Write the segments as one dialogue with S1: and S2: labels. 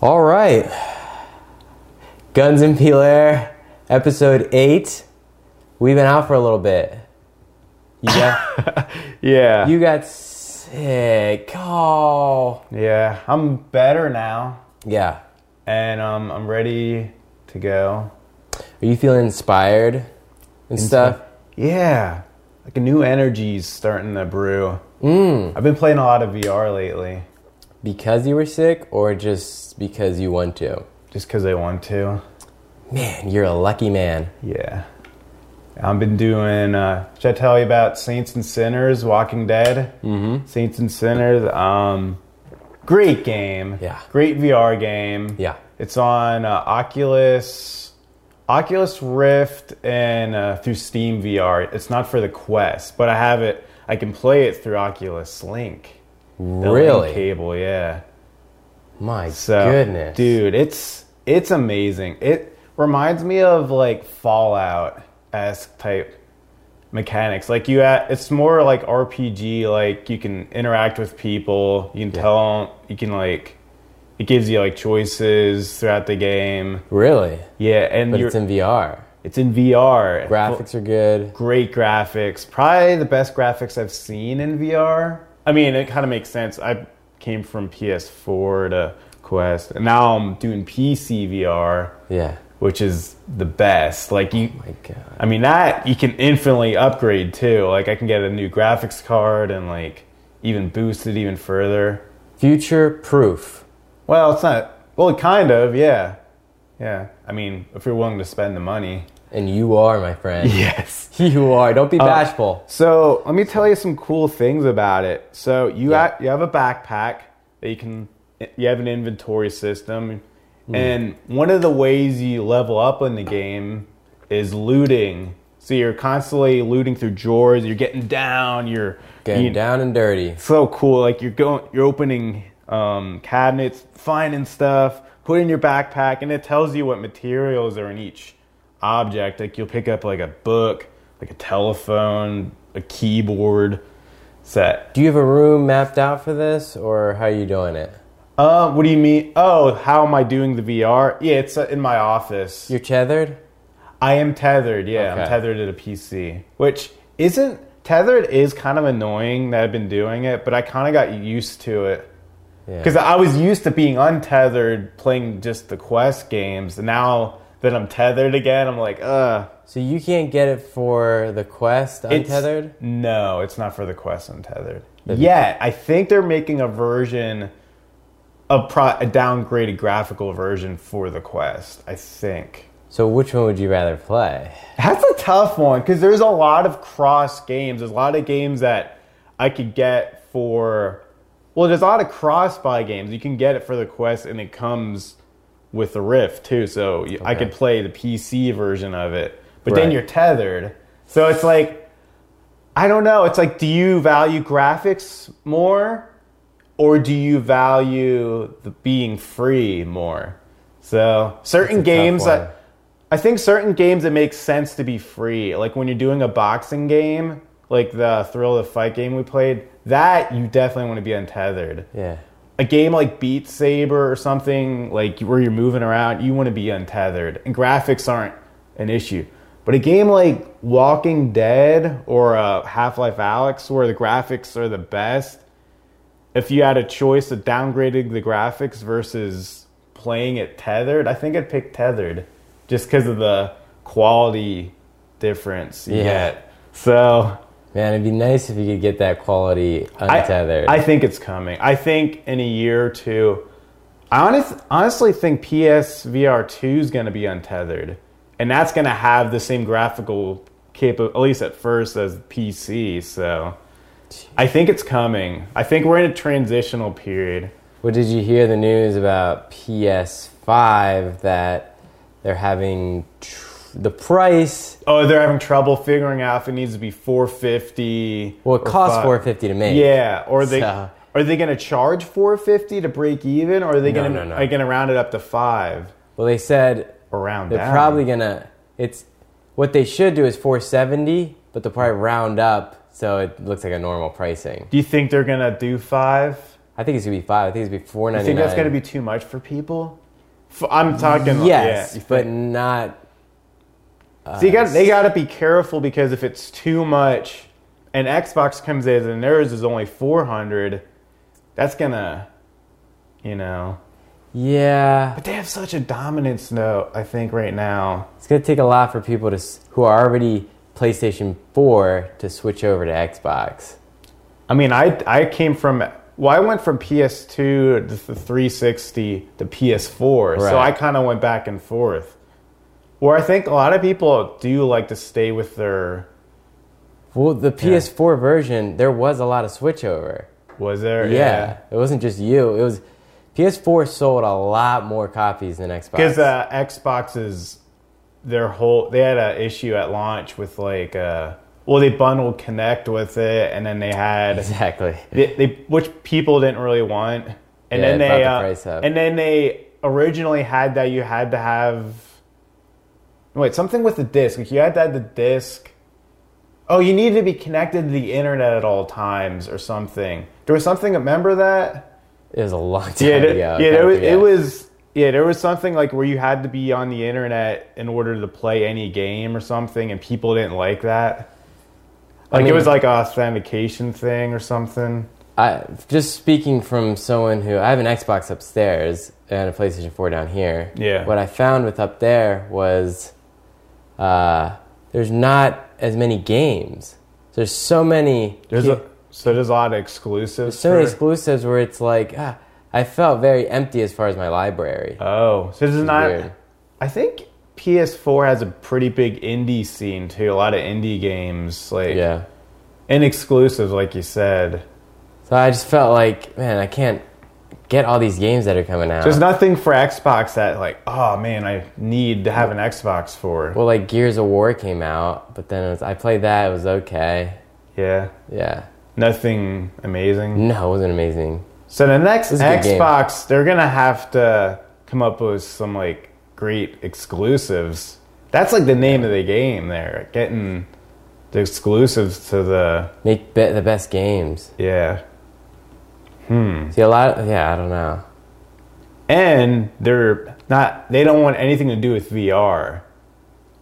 S1: All right. Guns and Pilar, episode eight. We've been out for a little bit. You got,
S2: Yeah.
S1: you got sick. Oh.
S2: yeah. I'm better now,
S1: Yeah.
S2: and um, I'm ready to go.
S1: Are you feeling inspired and stuff?
S2: Yeah. Like a new energy's starting to brew. Mm. I've been playing a lot of VR lately,
S1: Because you were sick or just because you want to?
S2: just because I want to.
S1: Man, you're a lucky man.
S2: Yeah. I've been doing. Uh, should I tell you about Saints and Sinners, Walking Dead? Mm-hmm. Saints and Sinners. Um, great game.
S1: Yeah.
S2: Great VR game.
S1: Yeah.
S2: It's on uh, Oculus, Oculus Rift, and uh, through Steam VR. It's not for the Quest, but I have it. I can play it through Oculus Link. The Link
S1: Really?
S2: cable, yeah.
S1: My
S2: So,
S1: goodness.
S2: dude, it's it's amazing. It reminds me of like Fallout esque type mechanics. Like you, at, it's more like RPG. Like you can interact with people. You can tell 'em tell. You can like. It gives you like choices throughout the game.
S1: Really?
S2: Yeah, and
S1: But
S2: you're,
S1: it's in VR.
S2: it's in VR.
S1: Graphics are good.
S2: Great graphics. Probably the best graphics I've seen in VR. I mean, it kind of makes sense. I came from PS4 to Quest, and now I'm doing PC VR,
S1: Yeah.
S2: which is the best. Like you,
S1: Oh My God.
S2: I mean, that you can infinitely upgrade too. Like I can get a new graphics card and like even boost it even further.
S1: Future proof.
S2: Well, it's not. Well, kind of. Yeah, yeah. I mean, if you're willing to spend the money.
S1: And you are, my friend.
S2: Yes.
S1: You are. Don't
S2: Uh,
S1: be bashful.
S2: So let me tell you some cool things about it. So you
S1: Yeah.
S2: ha- you have a backpack that you can you have an inventory system,
S1: Mm.
S2: and one of the ways you level up in the game is looting. So you're constantly looting through drawers. You're getting down. You're
S1: Getting
S2: you-
S1: down and dirty.
S2: so cool. Like you're going, you're opening um, cabinets, finding stuff, put in your backpack, and it tells you what materials are in each object. Like you'll pick up like a book, like a telephone, a keyboard set.
S1: Do you have a room mapped out for this, or how are you doing it?
S2: Uh, what do you mean? Oh, how am I doing the VR? Yeah, it's uh, in my office.
S1: You're tethered?
S2: I am tethered. Yeah,
S1: Okay.
S2: I'm tethered to the PC, which isn't tethered is kind of annoying that I've been doing it, but I kind of got used to it.
S1: Yeah.
S2: Because I was used to being untethered, playing just the quest games. and Now that I'm tethered again, I'm like, uh.
S1: so you can't get it for the Quest
S2: it's-
S1: untethered?
S2: No, it's not for the quest untethered. Yet, I think they're making a version, a, pro- a downgraded graphical version for the quest. I think.
S1: So which one would you rather play?
S2: That's a tough one because there's a lot of cross games. There's a lot of games that I could get for. Well, there's a lot of cross buy games. You can get it for the Quest and it comes with the Rift too. So y I I
S1: Okay.
S2: could play the PC version of it. But then
S1: Right.
S2: you're tethered. So it's like, I don't know. It's like, do you value graphics more or do you value the being free more? So
S1: That's a
S2: certain
S1: tough
S2: games
S1: one.
S2: that I think certain games it makes sense to be free. Like when you're doing a boxing game, like the thrill of the fight game we played, that you definitely want to be untethered.
S1: Yeah.
S2: A game like Beat Saber or something like where you're moving around, you want to be untethered. And graphics aren't an issue. But a game like Walking Dead or uh, Half Life Alex, where the graphics are the best, if you had a choice of downgrading the graphics versus playing it tethered, I think I'd pick tethered just because of the quality difference you
S1: Yeah.
S2: get. So
S1: Man, it'd be nice if you could get that quality
S2: I-
S1: untethered.
S2: I, think it's coming. I think in a year or two, I honest, honestly think PSVR 2 is going to be untethered. And that's going to have the same graphical capability, at least at first, as PC. So I think it's coming. I think we're in a transitional period.
S1: Well, did you hear the news about PS5 that they're having tr- the price?
S2: Oh, they're having trouble figuring out if it needs to be 450.
S1: Well, it
S2: or
S1: costs
S2: fi-
S1: 450 to make.
S2: Yeah, or they
S1: So-
S2: are they going to charge 450 to break even, or are they
S1: No,
S2: going
S1: no, no.
S2: to going to round it up to five?
S1: Well, they said
S2: Or round
S1: they're
S2: down.
S1: probably gonna. It's what they should do is 470, but they'll probably round up so it looks like a normal pricing.
S2: Do you think they're gonna do five?
S1: I think it's gonna be five. I think it's gonna be four
S2: You
S1: ninety nine.
S2: think that's gonna be too much for people? F- I'm talking.
S1: yes,
S2: yeah, you
S1: but
S2: think-
S1: not.
S2: so you got they got to be careful because if it's too much, and Xbox comes in and theirs is only 400, that's gonna, you know.
S1: Yeah,
S2: But they have such a dominance, though. I think right now.
S1: it's gonna take a lot for people to s- who are already PlayStation Four to switch over to Xbox.
S2: I mean, I I came from well, I went from PS2 to the 360 to PS4,
S1: Right.
S2: so I kind of went back and forth. Where I think a lot of people do like to stay with their
S1: Well, the PS4 version, there was a lot of switchover.
S2: was there
S1: Yeah. it wasn't just you. It was PS4 sold a lot more copies than Xbox.
S2: because uh, Xbox's their whole they had an issue at launch with like uh, well they bundled Connect with it and then they had
S1: exactly.
S2: they, they which people didn't really want, and
S1: Yeah,
S2: then
S1: it brought
S2: they
S1: the
S2: uh,
S1: price up.
S2: and then they originally had that you had to have wait something with the disc. Like you had to have the disc. Oh, you needed to be connected to the internet at all times or something. There was something. Remember that?
S1: It was a long time
S2: Yeah, there-
S1: ago.
S2: yeah.
S1: I kinda
S2: There was,
S1: forget.
S2: it was. Yeah, there was something like where you had to be on the internet in order to play any game or something, and people didn't like that. Like
S1: mean-
S2: it was like an authentication thing or something.
S1: I, just speaking from someone who I have an Xbox upstairs and a PlayStation 4 down here.
S2: Yeah.
S1: What I found with up there was uh, there's not as many games. There's so many.
S2: There's
S1: ki-
S2: a, so there's a lot of exclusives.
S1: so many
S2: for-
S1: exclusives where it's like ah, I felt very empty as far as my library.
S2: oh, so this is not.
S1: Weird.
S2: I think PS4 has a pretty big indie scene too. A lot of indie games, like
S1: yeah.
S2: and exclusives, like you said.
S1: So I just felt like, man, I can't get all these games that are coming out.
S2: There's nothing for Xbox that like, oh man, I need to have an Xbox for.
S1: well, like Gears of War came out, but then it was, I played that. It was okay.
S2: yeah,
S1: Yeah.
S2: nothing amazing.
S1: No, it wasn't amazing.
S2: So the next
S1: This is a good game.
S2: Xbox, they're gonna have to come up with some like great exclusives. That's like the name of the game. There, getting the exclusives to the
S1: Make be- the best games.
S2: yeah,
S1: See a lot. yeah, I don't know.
S2: and they're not. They don't want anything to do with VR,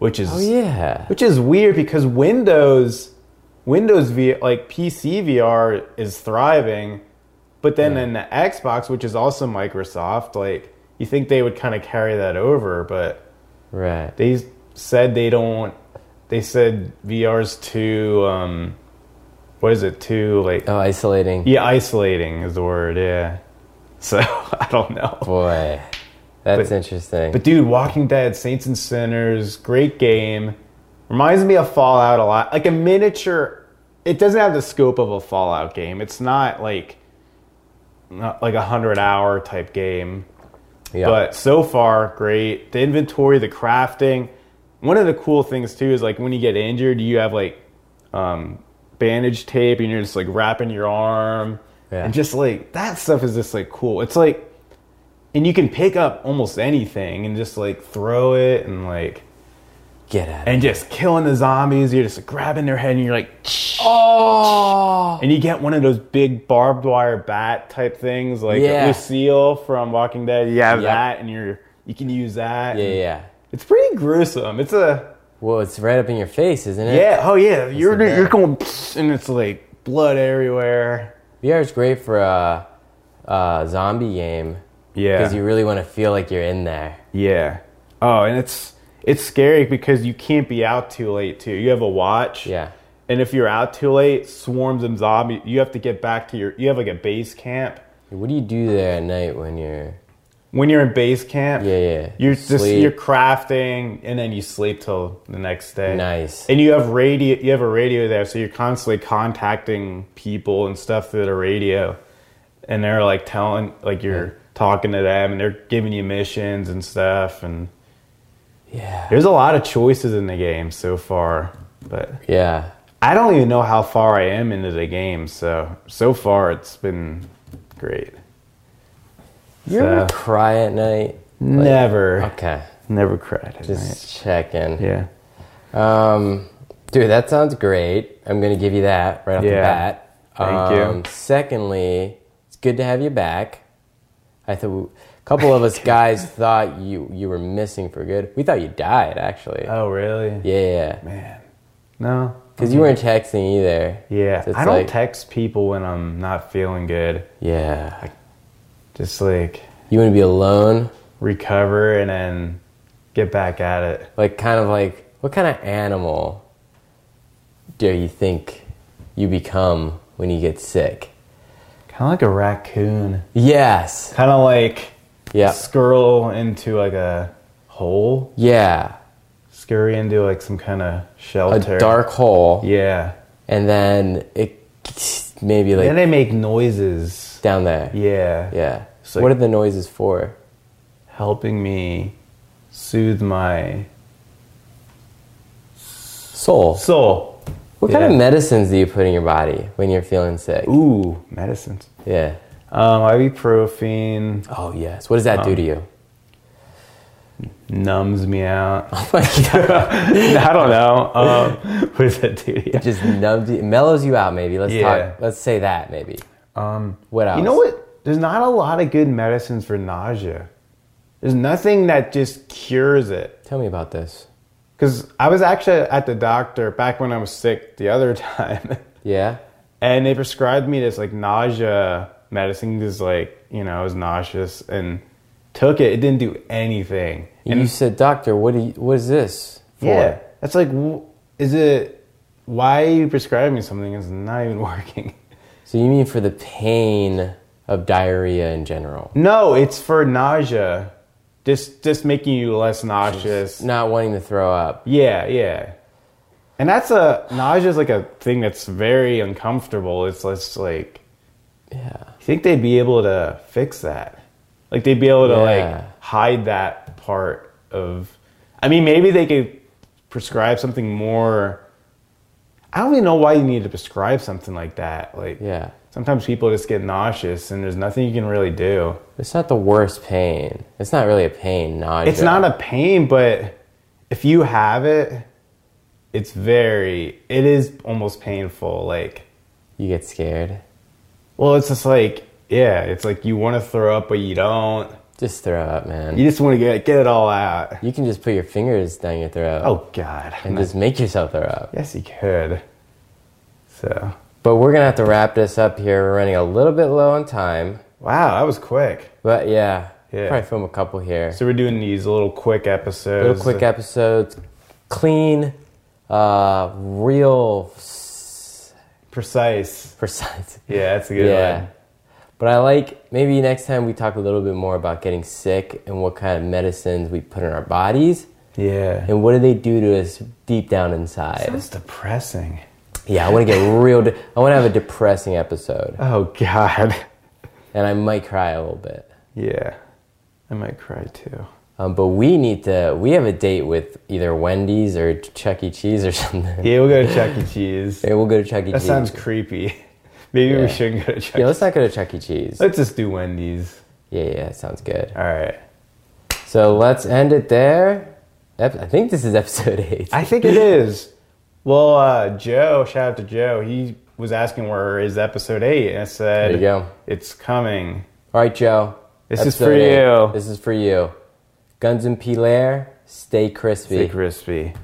S2: which is
S1: Oh yeah.
S2: which is weird because Windows, Windows V like PC VR is thriving, but then in the Xbox, which is also Microsoft, like you think they would kind of carry that over, but.
S1: Right.
S2: they said they don't they said vr's too um what is it too like
S1: Oh, isolating.
S2: yeah isolating is the word yeah so i don't know
S1: Boy, that's
S2: But-
S1: interesting.
S2: but dude walking dead saints and sinners great game reminds me of fallout a lot like a miniature it doesn't have the scope of a fallout game it's not like not like a hundred hour type game
S1: yeah.
S2: But so far, great. The inventory, the crafting. One of the cool things too is like when you get injured, you have like um, bandage tape, and you're just like wrapping your arm,
S1: Yeah.
S2: and just like that stuff is just like cool. It's like, and you can pick up almost anything and just like throw it and like
S1: get at it.
S2: and just killing the zombies. You're just grabbing their head and you're like,
S1: oh.
S2: and you get one of those big barbed wire bat type things like
S1: Yeah.
S2: Lucille from Walking Dead. You have
S1: Yeah.
S2: that, and you're you can use that.
S1: Yeah, yeah.
S2: It's pretty gruesome. It's a
S1: Well, it's right up in your face, isn't it?
S2: yeah. Oh yeah, you're
S1: the best.
S2: you're going pss, and it's like blood everywhere.
S1: VR is great for a, a zombie game
S2: Yeah,
S1: because you really want to feel like you're in there.
S2: yeah. Oh, and it's it's scary because you can't be out too late too. You have a watch.
S1: Yeah.
S2: And if you're out too late, swarms and zombies. You have to get back to your. You have like a base camp.
S1: What do you do there at night when you're?
S2: When you're in base camp,
S1: Yeah, yeah.
S2: you're just
S1: Sleep.
S2: you're crafting, and then you sleep till the next day.
S1: Nice.
S2: And you have radio. You have a radio there, so you're constantly contacting people and stuff through the radio, and they're like telling, like you're talking to them, and they're giving you missions and stuff. And
S1: Yeah.
S2: there's a lot of choices in the game so far, but
S1: Yeah.
S2: I don't even know how far I am into the game. So so far, it's been great.
S1: You ever
S2: So-
S1: cry at night?
S2: never,
S1: Okay.
S2: never cried. at night.
S1: uh, Just checking.
S2: yeah.
S1: Um, dude, that sounds great. I'm gonna give you that right off
S2: Yeah.
S1: the bat. Um,
S2: Thank you.
S1: Secondly, it's good to have you back. I thought a couple of us guys thought you you were missing for good. We thought you died actually.
S2: Oh, really?
S1: yeah,
S2: Man. No.
S1: because you weren't texting either.
S2: Yeah.
S1: So it's
S2: I don't
S1: like-
S2: text people when I'm not feeling good.
S1: Yeah,
S2: Just like
S1: you want to be alone,
S2: recover and then get back at it.
S1: like kind of like what kind of animal do you think you become when you get sick?
S2: Kind of like a raccoon.
S1: Yes.
S2: Kind of like
S1: Yeah.
S2: scurl into like a hole.
S1: Yeah.
S2: Scurry into like some kind of
S1: A
S2: shelter.
S1: dark hole,
S2: Yeah.
S1: and then it maybe like
S2: And they make noises.
S1: down there.
S2: Yeah.
S1: Yeah.
S2: So-
S1: what are the noises for?
S2: Helping me soothe my
S1: Soul.
S2: soul.
S1: What kind of medicines do you put in your body when you're feeling sick?
S2: Ooh, medicines.
S1: Yeah.
S2: Um, ibuprofen
S1: Oh yes. What does that do
S2: Um,
S1: to you?
S2: numbs me out.
S1: Oh my god.
S2: I don't know. Um, what does that do to you?
S1: It just numbs you, it mellows you out. Maybe let's
S2: Yeah.
S1: talk. Let's say that maybe.
S2: Um,
S1: What else?
S2: You know what? There's not a lot of good medicines for nausea. There's nothing that just cures it.
S1: Tell me about this.
S2: Because I was actually at the doctor back when I was sick the other time,
S1: Yeah.
S2: and they prescribed me this like nausea medicine because like you know I was nauseous and took it. It didn't do anything. And
S1: you said, doctor, what do you, what is this for?
S2: yeah, that's like, wh- is it? Why are you prescribing me something that's not even working?
S1: So you mean for the pain of diarrhea in general?
S2: No, it's for nausea. Just just making you less nauseous.
S1: Not wanting to throw up.
S2: Yeah, yeah. And that's a nausea is like a thing that's very uncomfortable. It's just like
S1: Yeah.
S2: you think they'd be able to fix that. Like they'd be able to
S1: Yeah.
S2: like hide that part of I mean maybe they could prescribe something more I don't even know why you need to prescribe something like that. Like
S1: Yeah.
S2: sometimes people just get nauseous and there's nothing you can really do.
S1: It's not the worst pain. It's not really a pain. Nausea.
S2: It's not a pain, but if you have it, it's very it is almost painful. Like
S1: You get scared.
S2: well, it's just like yeah, it's like you want to throw up but you don't.
S1: Just throw up, man.
S2: You just want to get get it all out.
S1: You can just put your fingers down your throat
S2: Oh god.
S1: and just make yourself throw up.
S2: yes, you could. So,
S1: But we're gonna have to wrap this up here. We're running a little bit low on time,
S2: wow, that was quick.
S1: but yeah,
S2: Yeah.
S1: probably film a couple here.
S2: So we're doing these little quick episodes.
S1: Little quick episodes, clean, uh, real, s-
S2: precise.
S1: precise.
S2: Yeah, that's a good
S1: yeah.
S2: one.
S1: But I like maybe next time we talk a little bit more about getting sick and what kind of medicines we put in our bodies
S2: Yeah.
S1: and what do they do to us deep down inside.
S2: That's depressing.
S1: Yeah, I want to get real. De- I want to have a depressing episode,
S2: Oh god.
S1: and I might cry a little bit.
S2: Yeah. I might cry too.
S1: Um, but we need to. We have a date with either Wendy's or Chuck E. Cheese or something.
S2: Yeah, we'll go to Chuck E. Cheese.
S1: Hey, we'll go to Chuck E.
S2: That
S1: Cheese.
S2: sounds creepy. Maybe
S1: Yeah.
S2: we shouldn't go to Chuck E.
S1: yeah,
S2: Cheese.
S1: let's not go to Chuck E. Cheese.
S2: Let's just do Wendy's.
S1: Yeah, yeah, it sounds good.
S2: All right.
S1: So let's end it there. Ep- I think this is episode eight.
S2: I think it is. Well, uh, Joe, shout out to Joe. He was asking where is episode eight, and I said,
S1: There you go.
S2: It's coming.
S1: All right, Joe.
S2: This is for
S1: Episode eight.
S2: you.
S1: This is for you. Guns and Pilaire, stay crispy.
S2: Stay crispy.